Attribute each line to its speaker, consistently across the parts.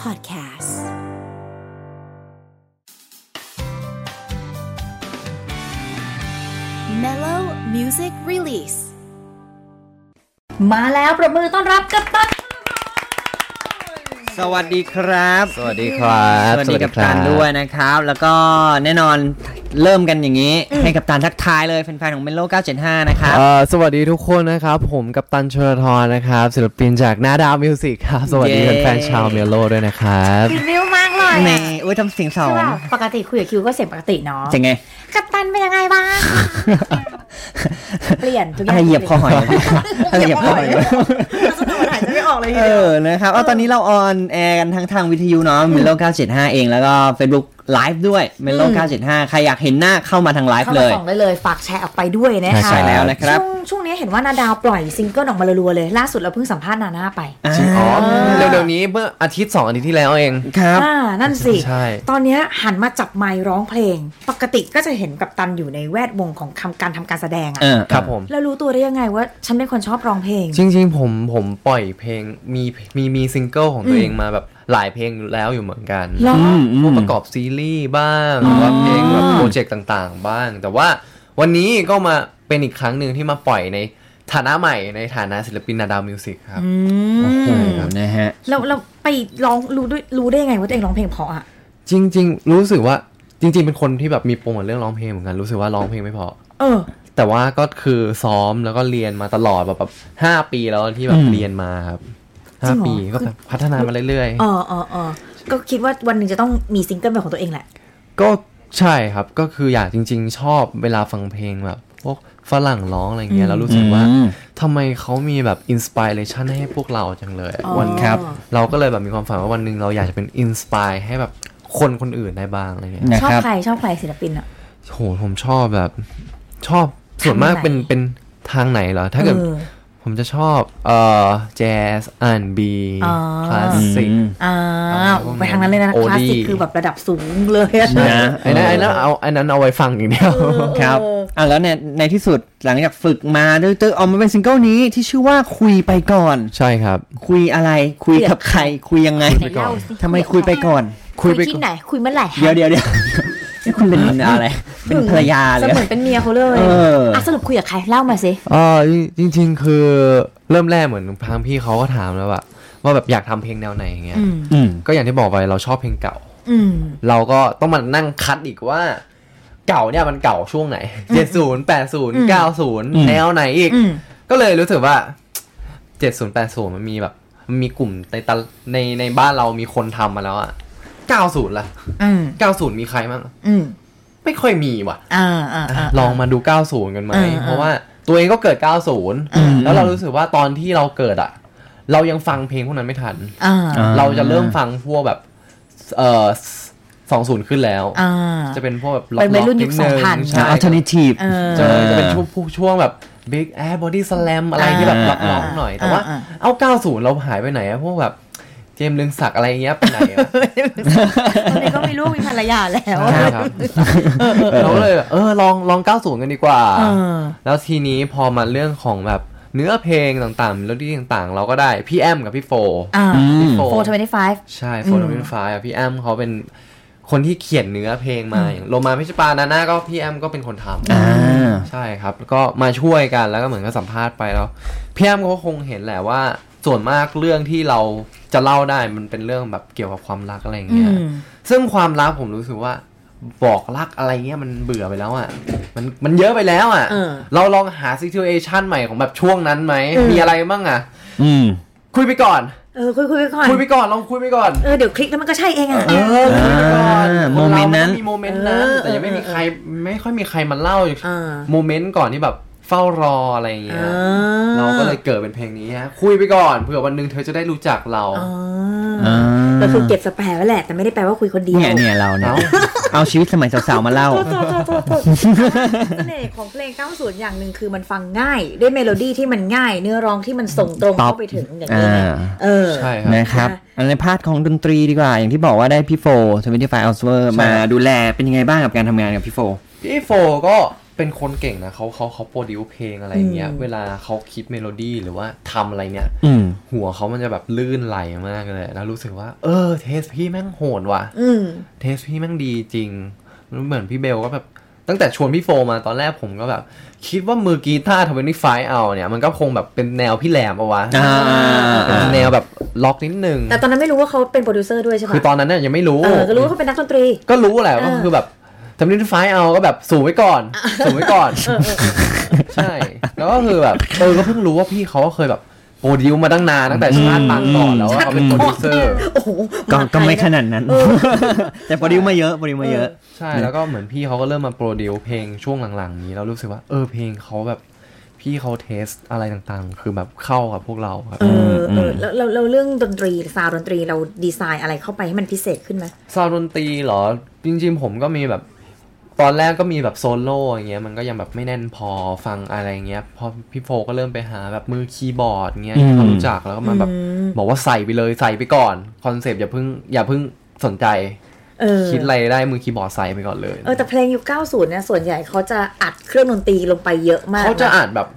Speaker 1: Podcast Mellow Music Release
Speaker 2: มาแล้วประมือต้อนรับกับตัน
Speaker 3: สวัสดีครับ
Speaker 4: สวัสดีครับ
Speaker 3: สวัสดีกับตันด้วยนะครับ แล้วก็แน่นอนเริ่มกันอย่างนี้ ให้กับตันทักทายเลยแฟนๆของเมโล975 นะครับ
Speaker 4: เอ่อสวัสดีทุกคนนะครับ ผมกับตันชลทรนะครับ ศิลปินจากหน้าดาวมิวสิกครับ สวัสดี
Speaker 3: เย้
Speaker 4: แฟนๆชาวเมโลด้วยนะครับ
Speaker 2: คิวนิ้วมากเลย
Speaker 3: ใน
Speaker 2: อะ
Speaker 3: อุ้ยทำเสียงสอ
Speaker 2: คือง แบบปกติคุยกับคิวก็เสียงปกติเนาะ
Speaker 3: เสียงไง
Speaker 2: กับตันเป็นยังไงบ้าง เปลี่ยนทุกอ
Speaker 3: อะ
Speaker 2: ย่า
Speaker 3: ไรงเหยียบคอหอยอะไรเหยียบคอหอย
Speaker 2: หายใจไม่ออกเลยที
Speaker 3: เอ
Speaker 2: เดียว
Speaker 3: อ นะครับเอาตอนนี้เราออนแอร์กันทั้งทางวิทยุเนาะ Melo 975 เอง แล้วก็ Facebook Live ด้วย Melo 975 ใครอยากเห็นหน้าเข้ามาทางไลฟ์
Speaker 2: เข้า
Speaker 3: เล
Speaker 2: มาย ส่องได้เลยฝากแชร์ออกไปด้วยนะ
Speaker 4: ใช่
Speaker 2: คะ
Speaker 3: ใช่แล้วนะครับ
Speaker 2: ช่วงช่วงนี้เห็นว่านาดาวปล่อยซิงเกิลออกมารัวๆเลย ล่าสุดเราเพิ่งสัมภาษณ์นาน่าไป
Speaker 4: จริงอ๋อเร็วๆนี้เมื่ออาทิตย์ 2 อาทิตย์ที่แล้วเอง
Speaker 3: ครับ
Speaker 2: อ่านั่นสิ
Speaker 4: ใช่
Speaker 2: ตอนเนี้ยหันมาจับไมค์ร้องเพลง ปกติก็จะเห็นกับตันอยู่ในแวดวงของคำการทำการแสดงอะ
Speaker 3: เออ
Speaker 4: ครับผม
Speaker 2: แล้วรู้ตัวได้ยังไงว่าฉันเป็นคนชอบร้องเพลง
Speaker 4: จริง ๆ ผมผมปล่อยเพลงมีมีมีซิงเกิลของตัวเองมาแบบหลายเพลงแล้วอยู่เหมือนกัน
Speaker 2: เหรอ
Speaker 3: อืมอืม
Speaker 4: ประกอบซีรีส์บ้างหรือว่าเพลงแบบโปรเจกต์ต่างๆ บ้าง แต่ว่าวันนี้ก็มาเป็นอีกครั้งหนึ่งที่มาปล่อยในฐานะใหม่ในฐานะศิลปินนาดาวมิวสิกครับ
Speaker 2: อืม
Speaker 3: โอ้โหนะฮะ
Speaker 2: เราเราไปร้องรู้ด้วยรู้ได้ยังไงว่าตัวเองร้องเพลงเพราะอ่ะ
Speaker 4: จริง ๆ รู้สึกว่าจริง ๆ เป็นคนที่แบบมีปมกับเรื่องร้องเพลงเหมือนกันรู้สึกว่าร้องเพลงไม่พอ
Speaker 2: เออ
Speaker 4: แต่ว่าก็คือซ้อมแล้วก็เรียนมาตลอดแบบแบบห้าปีแล้วที่แบ
Speaker 3: อื
Speaker 4: บ
Speaker 3: ม
Speaker 4: เรียนมาครับ
Speaker 2: จริ
Speaker 4: ห้าง
Speaker 2: เหรอ
Speaker 4: ปีก็พัฒนามาเรื่อย
Speaker 2: เออเออเออก็คิดว่าวันหนึ่งจะต้องมีซิงเกิลเป็นของตัวเองแหละ
Speaker 4: ๆ ก็ใช่ครับก็คืออยากจริง ๆ ชอบเวลาฟังเพลงแบบพวกฝรั่งร้องอะไรเงี้ยแล้วรู้สึกว่า ทำไมเขามีแบบอินสปิเรชันให้พวกเราจังเลยอะ
Speaker 2: อ๋อ
Speaker 4: วันหนึ่ง
Speaker 2: ครับ
Speaker 4: เราก็เลยแบบมีความฝันว่าวันหนึ่งเราอยากจะเป็นอินสปายให้แบบคนคนอื่นได้บ้างอะไรเงี้ย
Speaker 3: นะ
Speaker 2: ชอบ
Speaker 3: ครับ
Speaker 2: ใครชอบใครศิลปินอ่ะ
Speaker 4: โหผมชอบแบบชอบส่วนมาก
Speaker 2: ทางไหน
Speaker 4: เป็นเป็นทางไหนเหรอ ถ้าเกิด
Speaker 2: เออ
Speaker 4: ผมจะชอบเอ่อแจ๊สอันบี
Speaker 2: อ๋อ
Speaker 4: คลาสสิก
Speaker 3: อืม
Speaker 2: อ่า
Speaker 4: เอาพวกนั้น
Speaker 2: ไปทางนั้นเลยนะ
Speaker 4: โอ
Speaker 2: คลาส
Speaker 4: ดี้
Speaker 2: สิกคือแบบระดับสูงเลยอะ
Speaker 3: นะ
Speaker 4: ไอ้นั้นไอ้นั้นเอาไอ้นั้นเอาไว้ฟังอย่างเดียว
Speaker 3: ครับอ่ะแล้วในในที่สุดหลังจากฝึกมาด้วยเตอออกมาเป็นซิงเกิลนี้ที่ชื่อว่าคุยไปก่อน
Speaker 4: ใช่ครับ
Speaker 3: คุยอะไร คุยกับใคร คุยยังไง
Speaker 4: คุยไปก่อน
Speaker 2: เล่าสิ
Speaker 3: ทำไมคุยไปก่อน
Speaker 2: คุยที่ไหน คุยเมื่อไหร่
Speaker 3: เดี๋ยวเดี๋ยวเดี๋ยวนี่คุณเป็นอะไร เป็นภรรยาเล
Speaker 2: จะ
Speaker 3: ย
Speaker 2: เหมือนเป็นเมียเขาเลย
Speaker 3: เอออ่
Speaker 2: ะสรุปคุยกับใครเล่ามาสิ
Speaker 4: เออจริงๆ คือเริ่มแรกเหมือนทางพี่เขาก็ถามแล้วอะว่าแบบอยากทำเพลงแนวไหนอย่างเงี้ย
Speaker 2: อืม
Speaker 3: อืม
Speaker 4: ก็อย่างที่บอกไปเราชอบเพลงเก่า
Speaker 2: อืม
Speaker 4: เราก็ต้องมานั่งคัดอีกว่า เก่าเนี่ยมันเก่าช่วงไหนเจ็ดศูนย์แปดศูนย์เก้าศูนย์
Speaker 3: อืม
Speaker 4: แนวไหนอีก
Speaker 2: อืม
Speaker 4: ก็เลยรู้สึกว่าเจ็ดศูนย์แปดศูนย์มันมีแบบมันมีกลุ่มในตะในในบ้านเรามีคนทำมาแล้วอะเก้าศูนย์ล่ะ
Speaker 2: อืม
Speaker 4: เก้าศูนย์มีใครมั่ง
Speaker 2: อืม
Speaker 4: ไม่ค่อยมีว่ะ
Speaker 2: อ่าอ่าา
Speaker 4: ลองมาดู 90 กันไหม
Speaker 2: เออเออ
Speaker 4: เพราะว่าตัวเองก็เกิด 90 แล้วเรารู้สึกว่าตอนที่เราเกิดอ่ะ เรายังฟังเพลงพวกนั้นไม่ทัน
Speaker 2: อ่า
Speaker 4: เราจะเริ่มฟังพวกแบบ เอ่อ20 ขึ้นแล้ว
Speaker 2: อ่า
Speaker 4: จะเป็นพวกแบบ
Speaker 2: เป็นวัยรุ่นยุค
Speaker 4: ล็อกๆดง
Speaker 2: 2000
Speaker 4: ใช่
Speaker 3: อัลเทอร์เนทีฟ
Speaker 2: เออ
Speaker 4: จะจะเป็นช่วงพวกช่วงแบบ Big Air Body Slam อะไรที่แบบล็อกๆหน่อย แต่ว่า
Speaker 2: อ่า
Speaker 4: เอา 90 เราหายไปไหนอะพวกแบบเจมส์เรืองศักดิ์อะไรเงี้ยไปไหนอะ
Speaker 2: ตอนนี้ก็มีลูกมีภรรยาแล้ว
Speaker 4: ใช่ ครับเราก็เลยแบบเออลองลอง90 กันดีกว่า
Speaker 2: เออ
Speaker 4: แล้วทีนี้พอมาเรื่องของแบบเนื้อเพลงต่างๆแล้วที่ต่างๆ เราก็ได้พี่แอมกับพี่โฟ
Speaker 2: อ่า
Speaker 4: พี่โฟ
Speaker 2: โฟร์ทเวนตี้ไฟฟ์
Speaker 4: ใช่โฟนเป็นฟ้าพี่แอมเขาเป็นคนที่เขียนเนื้อเพลงมาอย่างโลมาพิชปานาน่าก็พี่แอมก็เป็นคนท
Speaker 3: อ่า
Speaker 4: ำใช่ครับแล้วก็มาช่วยกันแล้วก็เหมือนก็สัมภาษณ์ไปแล้วพี่แอมเขาคงเห็นแหละว่า ส่วนมากเรื่องที่เราจะเล่าได้มันเป็นเรื่องแบบเกี่ยวกับความรักอะไรอย่างเงี้ย ซึ่งความรักผมรู้สึกว่าบอกรักอะไรเงี้ยมันเบื่อไปแล้วอะ่ะ มันมันเยอะไปแล้วอะ่ะ
Speaker 2: เออ
Speaker 4: เราลองหาซิทูเอชันใหม่ของแบบช่วงนั้นไหม มีอะไรบ้างอะ่ะ
Speaker 3: อืม
Speaker 4: คุยไปก่อน
Speaker 2: เออ คุยคุยไปก่อน
Speaker 4: คุยไปก่อนลองคุยไปก่อน
Speaker 2: เออ เดี๋ยวคลิกแล้วมันก็ใช่เองอ่ะ
Speaker 4: เออคุยไปก่อน
Speaker 3: อ่า
Speaker 4: ครา
Speaker 3: โมเมนต์นั้น
Speaker 4: มีโมเมนต์นั้น
Speaker 2: เออ
Speaker 4: แต่ยังไม่มีใครไม่ค่อยมีใครมาเล่า
Speaker 2: อ่า
Speaker 4: โมเมนต์ก่อนที่แบบเฝ้ารออะไรเงี้ย
Speaker 2: อ่
Speaker 4: เราก็เลยเกิดเป็นเพลงนี้ฮะคุยไปก่อนเผื่อวันหนึงเธอจะได้รู้จักเรา
Speaker 2: อ๋อ
Speaker 3: อ่า
Speaker 2: ก็คือเก็บสแปร์ไว้แหละ แต่ไม่ได้แปลว่าคุยคนเดียว
Speaker 3: เนี่ยเนี่ยเราเนี่ย
Speaker 4: เอา
Speaker 3: เอาชีวิตสมัยสาวๆมาเล่า
Speaker 2: โทษโทษโทษโทษโทษเสน่ห์ของเพลง 90 อย่างหนึ่งคือมันฟังง่าย ด้วยเมโลดี้ที่มันง่าย เนื้อร้องที่มันส่งตรงเข้าไปถึงอย่างนี้ไง
Speaker 3: อ่า
Speaker 2: เออ
Speaker 4: ใช่ครับ
Speaker 3: นะครับ
Speaker 2: ค่ะ
Speaker 3: อันในพาร์ทของดนตรีดีกว่า อย่างที่บอกว่าได้พี่โฟทวินตี้ไฟอัลเซอร์มาดูแลเป็นยังไงบ้างกับการทำงานกับพี่โฟ
Speaker 4: พี่โฟก็ เป็นคนเก่งนะเขาเขาเขาโปรดิวเพลงอะไรอย่างเงี้ย
Speaker 2: อืม
Speaker 4: เวลาเขาคิดเมโลดี้หรือว่าทำอะไรเนี่ย
Speaker 3: อืม
Speaker 4: หัวเขามันจะแบบลื่นไหลมากเลย แล้วรู้สึกว่า เออ เทสพี่แม่งโหดว่ะ
Speaker 2: อืม
Speaker 4: เทสพี่แม่งดีจริงแล้วเหมือนพี่เบลก็แบบ ตั้งแต่ชวนพี่โฟมาตอนแรกผมก็แบบ คิดว่ามือกีตาร์ทำเป็นไฟเอาเนี่ย มันก็คงแบบเป็นแนวพี่แหลมเอาวะ
Speaker 3: อ่าอ่าอ่า
Speaker 4: เป็นแนวแบบล็อกนิดนึง
Speaker 2: แต่ตอนนั้นไม่รู้ว่าเขาเป็นโปรดิวเซอร์ด้วยใช่ปะ
Speaker 4: คือตอนนั้นเนี่ยยังไม่รู้
Speaker 2: เออก็รู้ว่าเขาเป็นนักดนตรี
Speaker 4: ก็รู้แหละก็คือแบบทำนิฟายเอาก็แบบสูงไว้ก่อน สูงไว้ก่อน ใช่ แล้วก็คือแบบเออก็เพิ่งรู้ว่าพี่เขาก็เคยแบบโปรดิวมาตั้งนานตั้งแต่ชาติปางก่อนแล้วว่าเขาเป็นโปรดิวเซอร์
Speaker 2: โอ้โห
Speaker 3: ก็
Speaker 2: า
Speaker 3: ก็
Speaker 2: ท
Speaker 3: ไม่
Speaker 2: ยะ
Speaker 3: ขนาดนั้น แต่โปรดิวมาเยอะโปรดิวมาเยอะ
Speaker 4: ใช่แล้วก็เหมือนพี่เขาก็เริ่มมาโปรดิวเพลงช่วงหลังๆ นี้เรารู้สึกว่าเออเพลงเขาแบบพี่เขาเทสอะไรต่างๆ คือแบบเข้ากับพวกเราครับ
Speaker 2: เออเออแล้วแล้วแล้วเรื่องดนตรีซาวดนตรีเราดีไซน์อะไรเข้าไปให้มันพิเศษขึ้นไหม
Speaker 4: ซาวด์ดนตรีเหรอ จริงๆผมก็มีแบบ ตอนแรกก็มีแบบโซโล่อย่างเงี้ยมันก็ยังแบบไม่แน่นพอฟังอะไรเงี้ยพอพี่โฟก็เริ่มไปหาแบบมือคีย์บอร์ดเงี้ย
Speaker 3: อืม
Speaker 4: เขารู้จักแล้วก็มาแบบบอกว่าใส่ไปเลยใส่ไปก่อนคอนเซปต์อย่าเพิ่งอย่าเพิ่งสนใจ
Speaker 2: เออ
Speaker 4: คิดอะไรได้มือคีย์บอร์ดใส่ไปก่อนเลย
Speaker 2: เออแต่เพลงยุค90เนี่ยส่วนใหญ่เขาจะอัดเครื่องดนตรีลงไปเยอะมาก
Speaker 4: เขาจะอ่านแบบ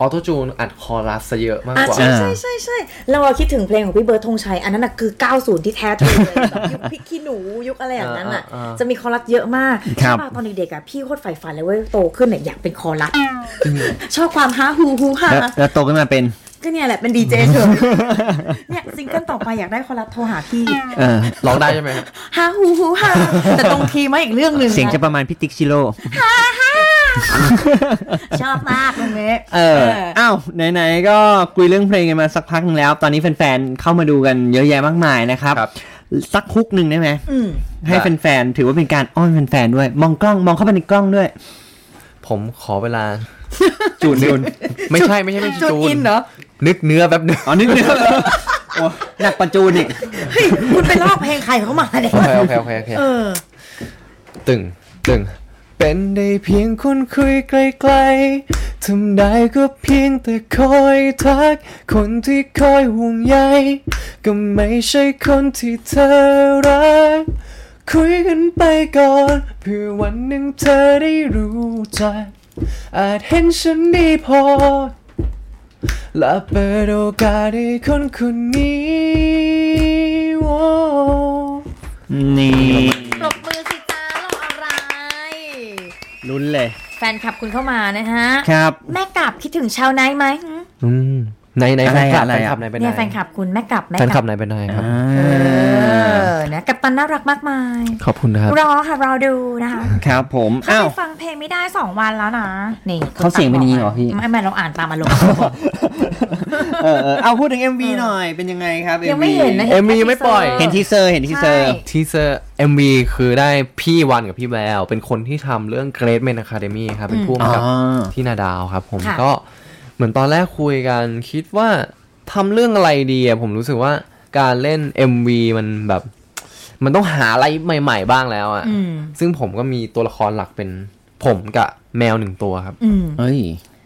Speaker 4: ออโตจูนอัดคอรัสซะเยอะมาก
Speaker 2: อ่ะ
Speaker 4: กว่า
Speaker 2: ใช่ใช่ใช่ใช่เราอะคิดถึงเพลงของพี่เบิร์ดธงชัย อันนั้นน่ะคือ 90 ที่แท้ทรูเลยแบบยุคพริกขี้หนูยุคอะไรอย่างนั้นอ่ะ
Speaker 4: อ่าอ่า
Speaker 2: จะมีคอรัสเยอะมาก
Speaker 3: ครับ
Speaker 2: ใช่ปะตอนเด็กๆอ่ะพี่โคตรใฝ่ฝันเลยเว่าโตขึ้นเนี่ยอยากเป็นคอรัสชอบความฮาฮูฮูฮา
Speaker 3: แล้วแล้วโตขึ้นมาเป็น
Speaker 2: ก็เนี่ยแหละเป็นดีเจเถอะ เนี่ยซิงเกิลต่อไปอยากได้คอรัสโทรหาพี่
Speaker 3: เออ
Speaker 4: ร้องได้ใช่ไหม
Speaker 2: ฮาฮูฮูฮาแต่ตรงทีมาอีกเรื่องหนึ่ง
Speaker 3: เสียงจะประมาณพิติกชิโร่
Speaker 2: ชอบมากตรงนี้
Speaker 3: เอออ้าวไหนๆก็คุยเรื่องเพลงกันมาสักพักหนึงแล้ว ตอนนี้แฟนๆเข้ามาดูกันเยอะแยะมากมายนะครับ
Speaker 4: ครับ
Speaker 3: สักฮุกหนึ่งได้ไหม
Speaker 2: อืม
Speaker 3: ให้
Speaker 4: ได้
Speaker 3: แฟนๆถือว่าเป็นการอ้อนแฟนๆด้วย มองกล้องมองเข้าไปในกล้องด้วย
Speaker 4: ผมขอเวลา
Speaker 3: จูนจูน
Speaker 4: ไม่ใช่ไม่ใช่ไม่ใช่
Speaker 2: จูนอินเหรอ
Speaker 4: นึกเนื้อแป๊บนึง
Speaker 3: อ๋อนิดเดียวโอ้หนักประจูนอีก
Speaker 2: เฮ้ย คุณไปลอกเพลงใครเขามาเนี่ย
Speaker 4: โอเค โอเคโอเคโอเค
Speaker 2: เออ
Speaker 4: ตึงตึงเป็นได้เพียงคนคุยไกลๆทำได้ก็เพียงแต่คอยทัก คนที่คอยห่วงใยก็ไม่ใช่คนที่เธอรัก คุยกันไปก่อนเพื่อวันหนึ่งเธอได้รู้จัก อาจเห็นฉันดีพอ และเปิดโอกาสให้คนคนนี้โอ้
Speaker 3: นี่
Speaker 2: ปรบมือสิจ้าเราอะไร
Speaker 3: ลุ้นเลย
Speaker 2: แฟนคลับคุณเข้ามานะฮะ
Speaker 3: ครับ
Speaker 2: แม่กลับคิดถึงชาวไนท์ไหม
Speaker 4: อืมในใน
Speaker 3: อะ
Speaker 4: แฟ
Speaker 3: ไร
Speaker 4: นคลับ
Speaker 3: อะไรอะ
Speaker 4: แฟนคลับไหนเป็นไหน
Speaker 2: เนี่ยแฟนคลับคุณแม่กลับแม่
Speaker 4: แฟน
Speaker 2: ก
Speaker 4: ค
Speaker 2: ลั
Speaker 4: ลั
Speaker 2: บบ
Speaker 4: ไหนเป็นไหนครับ
Speaker 2: เออนะกับตันน่ารักมากมาย
Speaker 4: ขอบคุณนะครับ
Speaker 2: รอค่ะรอดูนะคะ
Speaker 3: ครับผม
Speaker 2: เขา
Speaker 3: อ้าว
Speaker 2: ไปฟังเพลงไม่ได้สองวันแล้วนะนี่
Speaker 3: เขาเสียงเป็นอย่างนี้เหรอพี่
Speaker 2: ไม่ไม่เราอ่านตามอารมณ์
Speaker 3: เออเออเอาพูดถึง MV หน่อย เป็นยังไงครับ MV
Speaker 2: ยังไม่เห็นนะ
Speaker 4: เอ็มวียังไม่ปล่อย
Speaker 3: เห็นทีเซอร์ เห็นทีเซอร์
Speaker 2: ใช่
Speaker 4: ทีเซอร์ MV คือได้พี่วันกับพี่แวว เป็นคนที่ทำเรื่อง Great Men Academy ครับ เป็นผู้กำกับ
Speaker 3: อ๋อ
Speaker 4: ที่นาดาวครับ ผม
Speaker 2: ค่ะ
Speaker 4: ก็เหมือนตอนแรกคุยกันคิดว่าทำเรื่องอะไรดีอะผมรู้สึกว่าการเล่น MV มันแบบ มันต้องหาอะไรใหม่ ๆ บ้างแล้วอะ
Speaker 2: อืม
Speaker 4: ซึ่งผมก็มีตัวละครหลักเป็นผมกับแมวหนึ่งตัวครับ
Speaker 2: อืม
Speaker 3: เฮ้ย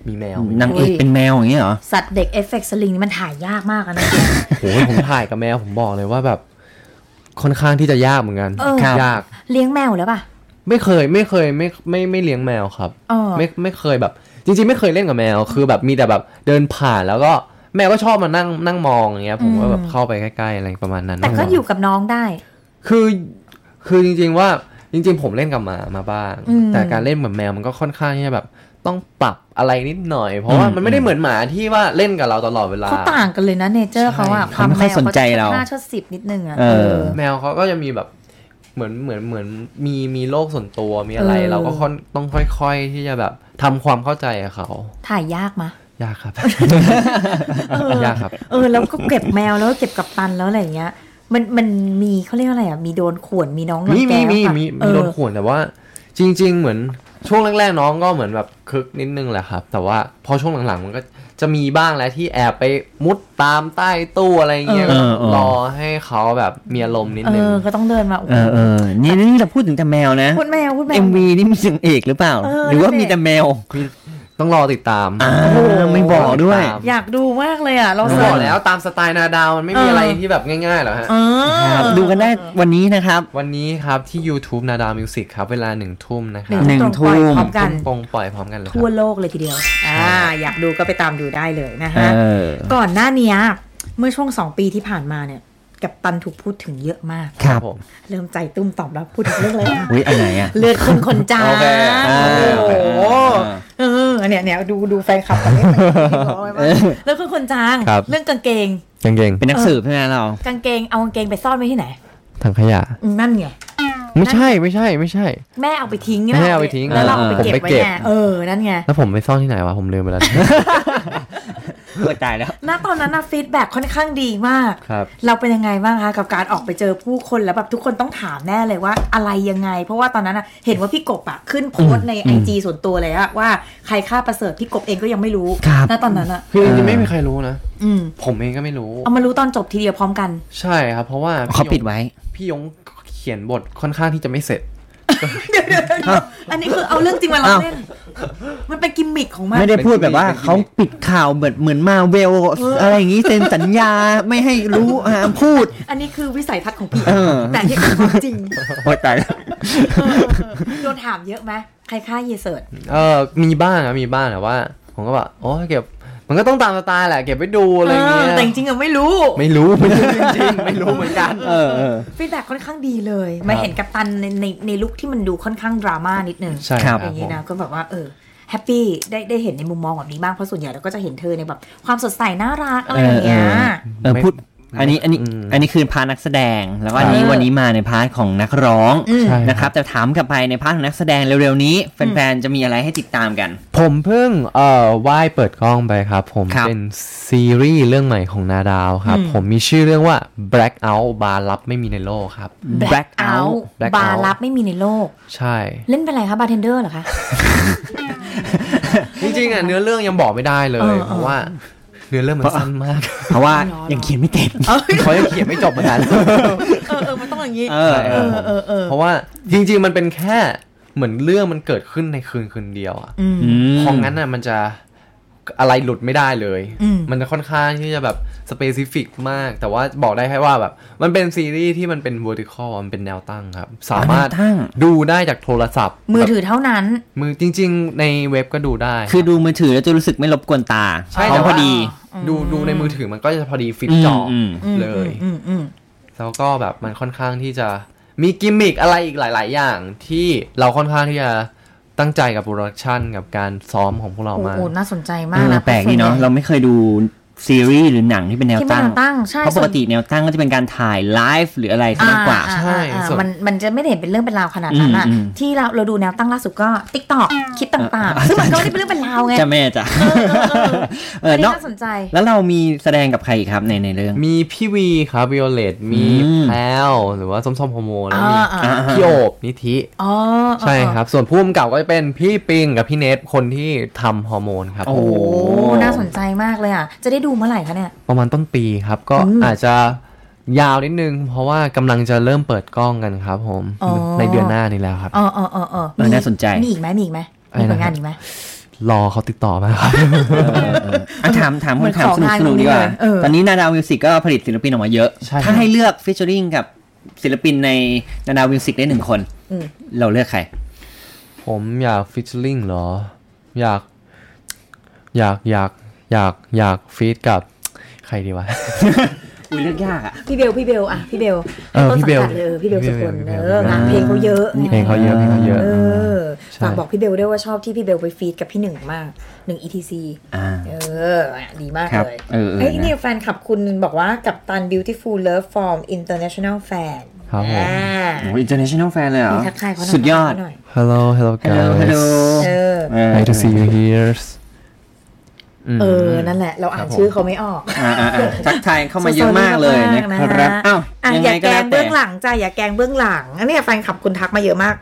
Speaker 4: มีแมว
Speaker 3: นางเอกเป็นแมวอย่างเงี้ยเหรอ
Speaker 2: สัตว์เด็กเอฟเฟกต์สลิงนี่มันถ่ายยากมากอะนะ
Speaker 4: โอ้โหผมถ่ายกับแมวผมบอกเลยว่าแบบ ค่อนข้างที่จะยากเหมือนกัน
Speaker 2: เออ
Speaker 4: ยาก
Speaker 2: เลี้ยงแมวแล้วป่ะ
Speaker 4: ไม่เคยไม่เคยไม่ไม่ไม่เลี้ยงแมวครับ
Speaker 2: อ๋อ
Speaker 4: ไม่ไม่เคยแบบ จริงๆ ไม่เคยเล่นกับแมวคือแบบมีแต่แบบเดินผ่านแล้วก็แมวก็ชอบมานั่งนั่งมองอย่างเงี้ย ผมก็แบบเข้าไปใกล้ๆอะไรประมาณนั้น
Speaker 2: แต่ก็อยู่กับน้องได้
Speaker 4: คือคือจริง ๆ ว่าจริง ๆ ผมเล่นกับหมามาบ้าง
Speaker 2: อืม
Speaker 4: แต่การเล่นเหมือนแมวมันก็ค่อนข้างที่จะแบบ ต้องปรับอะไรนิดหน่อย เพราะว่า
Speaker 3: อืม
Speaker 4: มันไม่ได้เหมือนหมาที่ว่าเล่นกับเราตลอดเวลา
Speaker 2: เขาต่างกันเลยนะเนเจอร์เขาอะ
Speaker 3: เขาไม่ค่อยสนใจเรา
Speaker 2: ควมแมวขจะห้าชดสิบนิดนึงอะ
Speaker 3: เออ
Speaker 4: แมวเขาก็จะมีแบบเหมือนเหมือนเหมือนมีมีโลกส่วนตัวมีอะไร เราก็ค่อนต้องค่อย ๆ ที่จะแบบทำความเข้าใจกับเขา
Speaker 2: ถ่ายยากมะ
Speaker 4: ยากครับ ยากครับ
Speaker 2: เออ แล้วก็เก็บแมวแล้วก็เก็บกับตันแล้วอะไรอย่างเงี้ย มันมันมีเขาเรียกว่าอะไรอะมีโดนข่วนมีน้องรัง
Speaker 4: มี
Speaker 2: แก
Speaker 4: มีมี
Speaker 2: ปะ
Speaker 4: มี
Speaker 2: เอ
Speaker 4: มี
Speaker 2: อ
Speaker 4: โดนข่วนแต่ว่า จริง ๆ เหมือนช่วงแรกๆน้องก็เหมือนแบบคึกนิดนึงแหละครับ แต่ว่าพอช่วงหลังๆมันก็จะมีบ้างแหล้วที่แอบไปมุดตามใต้ตู้อะไรอย่างเงี้ย
Speaker 3: เอ
Speaker 4: ก็
Speaker 3: อเออ
Speaker 4: รอให้เขาแบบมีอารมณ์นิด
Speaker 2: เอ
Speaker 4: นึง
Speaker 2: อ ก็ต้องเดินมาโอ้โห
Speaker 3: เออเออนี่นี่เราพูดถึงแต่แมวนะ
Speaker 2: พูดแมวพูดแมว
Speaker 3: MV นี่มีเสียงเอกหรือเปล่า
Speaker 2: เออ
Speaker 3: หรือว่า
Speaker 2: นั่นแหละ
Speaker 3: มีแต่แมว
Speaker 4: ต้องรอติดตาม
Speaker 3: อ่าไม่บอกด้วย
Speaker 4: ครับ
Speaker 2: อยากดูมากเลยอ่ะ เรา
Speaker 4: ผม
Speaker 2: เสิร์ช
Speaker 4: บอกแล้วตามสไตล์นาดาวมันไม่มี
Speaker 2: เอออ
Speaker 4: อะไรที่แบบง่ายๆหรอกฮะ
Speaker 2: เออ
Speaker 3: ดูกันได้วันนี้นะครับ
Speaker 4: วันนี้ครับที่ YouTube นาดาวมิวสิกครับเวลาหนึ่งทุ่มนะค
Speaker 2: หนึ่ง
Speaker 4: รับ
Speaker 3: หนึ่ง
Speaker 2: ตรงปล่อย
Speaker 3: ทุ่ม
Speaker 2: พร้อมกัน
Speaker 4: ปงปล่อยพร้อมกันเลยค
Speaker 2: ทั่ว
Speaker 4: รับ
Speaker 2: โลกเลยทีเดียว อ่า อยากดูก็ไปตามดูได้เลยนะ
Speaker 3: เอ
Speaker 2: ฮะ
Speaker 3: อ
Speaker 2: ก่อนหน้าเนี้ยเมื่อช่วงสองปีที่ผ่านมาเนี่ย กับตันถูกพูดถึงเยอะมาก
Speaker 3: ครับ
Speaker 4: ผม
Speaker 2: เริ่มใจตุ้มต่อมแล้วพูดถึงเรื่องอะไรนะ
Speaker 3: อุ้ยอันไหนอ่ะ
Speaker 2: เลือดคนคนจาง
Speaker 4: โอเค
Speaker 2: โอ้โห
Speaker 3: อ่า
Speaker 2: เออเนี่ยเนี่ยดูดูแฟนคลับกันเล่น
Speaker 3: เออ
Speaker 2: เลือดคนคนจาง
Speaker 4: ครับ
Speaker 2: เรื่องกางเกง
Speaker 4: เก่ง
Speaker 3: เป็นนักสืบใช่ไหมเรา
Speaker 2: กางเกงเอากางเกงไปซ่อนไว้ที่ไหน
Speaker 4: ๆถังขยะ
Speaker 2: อืมนั่นไง
Speaker 4: ไม่ใช่ไม่ใช่ไม่ใช่
Speaker 2: แม่เอาไปทิ้ง
Speaker 4: แม่เอาไปทิ้ง
Speaker 2: แล้วเราเอาไปเก็บ
Speaker 4: ผมไป
Speaker 2: ไว้
Speaker 4: เก็บ
Speaker 2: ไงเออ นั่นไง
Speaker 4: แล้วผมไปซ่อนที่ไหนวะ ผมลืม ไปแล้ว
Speaker 3: เพื่อตายแล้ว
Speaker 2: ณตอนนั้นนะฟีดแบ็ค่อนข้างดีมาก
Speaker 4: ครับ
Speaker 2: เราเป็นยังไงบ้างคะกับการออกไปเจอผู้คนแล้วแบบทุกคนต้องถามแน่เลยว่าอะไรยังไง เพราะว่าตอนนั้นนะเห็นว่าพี่กบอะขึ้นโพสต์ในไอจีส่วนตัวเลยอะว่าใครฆ่าประเสริฐพี่กบเองก็ยังไม่รู้
Speaker 3: ครับ
Speaker 2: ณตอนนั้นอะ
Speaker 4: คือจริงๆไม่มีใครรู้นะ
Speaker 2: อืม
Speaker 4: ผมเองก็ไม่รู้
Speaker 2: เอามารู้ตอนจบทีเดียวพร้อมกัน
Speaker 4: ใช่ครับ เพราะว่า
Speaker 3: เขา
Speaker 4: พี่ยง
Speaker 3: ปิดไว้
Speaker 4: พี่ยงเขียนบทค่อนข้างที่จะไม่เสร็จ
Speaker 2: อันนี้คือเอาเรื่องจริงมาเล่า
Speaker 3: อ้าว
Speaker 2: เล่นมันเป็นกิมมิคของมัน
Speaker 3: ไม่ได้พูดแบบว่าเขาปิดข่าวเหมือนเหมือนมาเวลอะไรอย่างนี้เซ็นสัญญาไม่ให้รู้ห้ามพูด
Speaker 2: อันนี้คือวิสัยทัศน์ของพี่
Speaker 3: เออ
Speaker 2: แต่ที่เป็นความจริง
Speaker 3: โอ้ยตายแล้ว
Speaker 2: เออเออโดนถามเยอะไหมใครฆ่าเยเสิร์ต
Speaker 4: เออมีบ้างอะมีบ้างแต่ว่า ผมก็แบบโอ้เก็บ มันก็ต้องตามสไตล์แหละ เก็บไว้ดูอะไรเงี้ย
Speaker 2: เออแต่จริงๆอะไม่รู้
Speaker 4: ไม่รู้ไม่รู้จริงๆ ไม่รู้เหมือนกัน
Speaker 3: เออเออ
Speaker 2: ฟีดแบ็ค่อนข้างดีเลย มาเห็นกัปตันในในในลุคที่มันดูค่อนข้างดราม่านิดนึง
Speaker 4: ใช่
Speaker 3: ครับ
Speaker 2: อย่างนี้นะก็แบบว่าเออแฮปปี้ได้ได้เห็นในมุมมองแบบนี้บ้าง เพราะส่วนใหญ่เราก็จะเห็นเธอในแบบ ความสดใสน่ารักอะไรอย่างเงี้ย
Speaker 3: เออพูดอันนี้อันนี้อันนี้คือพาร์ทนักแสดง แล้วก็อันนี้
Speaker 2: เออ
Speaker 3: วันนี้มาในพาร์ทของนักร้อง
Speaker 2: อืม
Speaker 4: ใช่
Speaker 3: นะครับแต่ถามกลับไปในพาร์ทของนักแสดงเร็วๆนี้แฟนๆจะมีอะไรให้ติดตามกัน
Speaker 4: ผมเพิ่งเอ่อไหว้เปิดกล้องไปครับ ผม
Speaker 3: ครับ
Speaker 4: เป็นซีรีส์เรื่องใหม่ของนาดาวครับ ผมมีชื่อเรื่องว่า blackout บาร์ลับไม่มีในโลกครับ
Speaker 2: Black Out
Speaker 4: Blackout
Speaker 2: บาร์ลับไม่มีในโลก
Speaker 4: ใช่
Speaker 2: เล่นเป็นอะไรคะบาร์เทนเดอร์เหรอคะ
Speaker 4: จริงๆอ่ะเนื้อเรื่องยังบอกไม่ได้เล
Speaker 2: เอย อเออ
Speaker 4: เพราะว่า เนื้อเรื่องมันสั้นมาก
Speaker 3: เพราะว่ายังเขียนไม่เต็ม
Speaker 4: เขายังเขียนไม่จบเหมือนกัน
Speaker 2: เออเออมันต้องอย่างนี้
Speaker 3: เออเออ
Speaker 2: เออเออ
Speaker 4: เพราะว่าจริง ๆ มันเป็นแค่เหมือนเรื่องมันเกิดขึ้นในคืนคืนเดียวอ่ะ
Speaker 2: อืม
Speaker 4: เพราะงั้นน่ะมันจะอะไรหลุดไม่ได้เลย
Speaker 2: อืม
Speaker 4: มันจะค่อนข้างที่จะแบบสเปซิฟิกมาก แต่ว่าบอกได้แค่ว่าแบบ มันเป็นซีรีส์ที่มันเป็น vertical มันเป็นแนวตั้งครับ สามารถ
Speaker 3: แนวตั้ง
Speaker 4: ดูได้จากโทรศัพท์
Speaker 2: มือ
Speaker 4: แบบ
Speaker 2: ถือเท่านั้น
Speaker 4: มือจริง ๆ ในเว็บก็ดูได้
Speaker 3: คือดูมือถือแล้วจะรู้สึกไม่รบกวนตา
Speaker 4: ใช่
Speaker 3: เขา
Speaker 4: แต่
Speaker 3: พ
Speaker 4: ว่า
Speaker 3: อดี
Speaker 4: ดูดูในมือถือมันก็จะพอดีฟิต
Speaker 3: อืม
Speaker 4: จออ
Speaker 3: ม
Speaker 4: เลย
Speaker 2: อืมอืม
Speaker 4: แล้วก็แบบมันค่อนข้างที่จะมีกิมมิคอะไรอีกหลาย ๆ อย่างที่เราค่อนข้างที่จะตั้งใจกับโปรดักชันกับการซ้อมของพวกเรา
Speaker 2: โอ้
Speaker 4: มาก
Speaker 2: โหน่าสนใจมา
Speaker 3: เอกอ
Speaker 2: นะ
Speaker 3: แปลกนี่เนาะเราไม่เคยดูซีรีส์หรือหนังที่เป็นแนว
Speaker 2: ที่ไม่
Speaker 3: ตั้ง
Speaker 2: ได้ตั้ง ใช่
Speaker 3: เพราะปกติแนวตั้งก็จะเป็นการถ่ายไลฟ์หรืออะไรซะมากกว่า
Speaker 2: อ่
Speaker 4: ใช่
Speaker 2: อ่า
Speaker 4: ส่วน
Speaker 2: มันมันจะไม่ได้เห็นเป็นเรื่องเป็นราวขนาดนั้นอะ
Speaker 3: อืมอืม
Speaker 2: ที่เราเราดูแนวตั้งล่าสุดก็ติ๊กตอกคลิปต่างๆ ซึ่งมันก็ไม่ได้เป็นเรื่องเป็นราวไง
Speaker 3: จ้าแม่จ้ะเอ
Speaker 2: เออ
Speaker 3: อ
Speaker 2: อันนี้
Speaker 3: เนาะ
Speaker 2: น่าสนใจ
Speaker 3: แล้วเรามีแสดงกับใครอีกครับในในเรื่อง
Speaker 4: มีพี่วีครับวิโอเลตมี
Speaker 3: อืม
Speaker 4: แพลวหรือว่าส้มส้มโฮโมแล้วมี
Speaker 2: อ่าอ่า
Speaker 4: พี่โอบนิธิ
Speaker 2: อ๋อ
Speaker 4: ใช่ครับ ส่วนผู้กำกับก็จะเป็นพี่ปิงกับพี่เนทคนที่ทำฮอร์โมนครับ
Speaker 3: โอ้
Speaker 2: โอ้น่าสนใจมากเลยอ่ะ จะได้ดูเมื่อไหร่คะเนี่ย
Speaker 4: ประมาณต้นปีครับ ก็
Speaker 2: อืม
Speaker 4: อาจจะยาวนิดนึง เพราะว่ากำลังจะเริ่มเปิดกล้องกันครับผม
Speaker 2: อ๋อ
Speaker 4: ในเดือนหน้านี้แล้วครับ
Speaker 2: อ๋ออ๋ออ๋ออ๋อ
Speaker 3: เออน่าสนใจ
Speaker 2: มีอีกไหมมีอีกไหมมีผลงานอีกไหม
Speaker 4: รอเขาติดต่อมาครับ
Speaker 3: อ่ะถามถาม
Speaker 2: เหมือน
Speaker 3: คำถาม
Speaker 2: ของ
Speaker 3: สนุกสนุก
Speaker 2: งาน
Speaker 3: ดีกว่า
Speaker 2: เออ
Speaker 3: ตอนนี้นาดาวมิวสิกก็ผลิตศิลปินออกมาเยอะ
Speaker 4: ใช่ครับ
Speaker 3: ถ้าให้เลือกฟิชเชอริงกับศิลปินในนาดาวมิวสิกได้หนึ่งคน
Speaker 2: อืม
Speaker 3: เราเลือกใคร
Speaker 4: ผมอยากฟิชลิงเหรอ อยาก อยากอยากอยากอยากฟีดกับใครดี วะ
Speaker 3: อุ้ยเลือกยากอ่ะ
Speaker 2: พี่เบลพี่เบลอ่ะพี่เบล
Speaker 4: เออพี่เบล
Speaker 2: ต้นสังกัดเลยพี่เบลสุคน
Speaker 4: พี่เบล
Speaker 2: เอ
Speaker 4: พี่เบล
Speaker 2: องานเพลงเขาเยอะไง
Speaker 4: เพลงเขาเยอะเพลงเขาเยอะ
Speaker 2: เออ
Speaker 4: ใช่
Speaker 2: ฝากบอกพี่เบลด้วยว่าชอบที่พี่เบลไปฟีดกับพี่หนึ่งมากหนึ่ง etc
Speaker 3: อ่า
Speaker 2: เออดีมาก
Speaker 3: ครับ
Speaker 2: เลย
Speaker 3: เออเออ
Speaker 2: เฮ้ย
Speaker 3: นะ
Speaker 2: นี่แฟนคลับคุณบอกว่ากับตัน beautiful love from international fan
Speaker 4: ครับผม
Speaker 2: อ่า
Speaker 3: โอ้อินเตอร์เนชั่นแนลแฟนเลยเหรอ
Speaker 2: มีทักทายเขาหน่
Speaker 3: สุดยอด
Speaker 2: ทักทาเขาหน่อย
Speaker 4: Hello Hello
Speaker 3: Hello
Speaker 4: guys
Speaker 3: Hello
Speaker 2: เออ
Speaker 3: เออ
Speaker 4: Nice to see you here อืม
Speaker 2: เออ นั่นแหละ เราอ่าน
Speaker 4: ครับผม
Speaker 2: ชื่อเขาไม่ออก
Speaker 3: อ่าอ่าอ่าทักทายเข้ามาเยอะมากเลยนะ
Speaker 2: โซๆ
Speaker 3: ครับอ้าว
Speaker 2: อ่ะ
Speaker 3: ยัง
Speaker 2: อ
Speaker 3: ไง
Speaker 2: ย่า
Speaker 3: ก็
Speaker 2: แกล้ง
Speaker 3: แล้วแต่
Speaker 2: เบื้องหลังจ้ะอย่าแกล้งเบื้องหลังอันเนี้ยแฟนคลับคุณทักมาเยอะมาก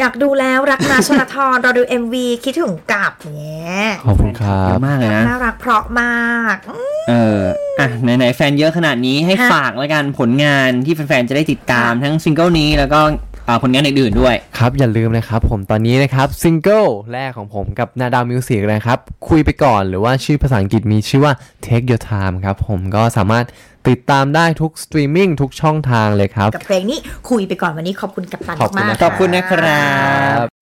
Speaker 2: อยากดูแล้วรักนาชลทร รอดู MV คิดถึงกลับเนี่ย
Speaker 4: ขอบคุณครั
Speaker 3: เย
Speaker 4: บ
Speaker 3: อะมากเลยนะ
Speaker 2: น่ารักเพราะมากอืม
Speaker 3: เออ อ่ะ ไหน ๆ แฟนเยอะขนาดนี้ให้
Speaker 2: ฮะ
Speaker 3: ฝากแล้วกันผลงานที่แฟน ๆ จะได้ติดตามทั้งซิงเกิลนี้แล้วก็ อ่าผลงานอื่นๆด้วย
Speaker 4: ครับ อย่าลืมนะครับผมตอนนี้นะครับซิงเกิลแรกของผมกับนาดาวมิวสิกนะครับ คุยไปก่อนหรือว่าชื่อภาษาอังกฤษมีชื่อว่า Take Your Time ครับ ผมก็สามารถติดตามได้ทุกสตรีมมิ่งทุกช่องทางเลยครับ
Speaker 2: กับเพลงนี้คุยไปก่อนวันนี้ขอบคุณกับตัน
Speaker 4: ขอบคุณ
Speaker 2: มาก
Speaker 4: นะ
Speaker 2: ๆ
Speaker 3: ขอบคุณนะครับ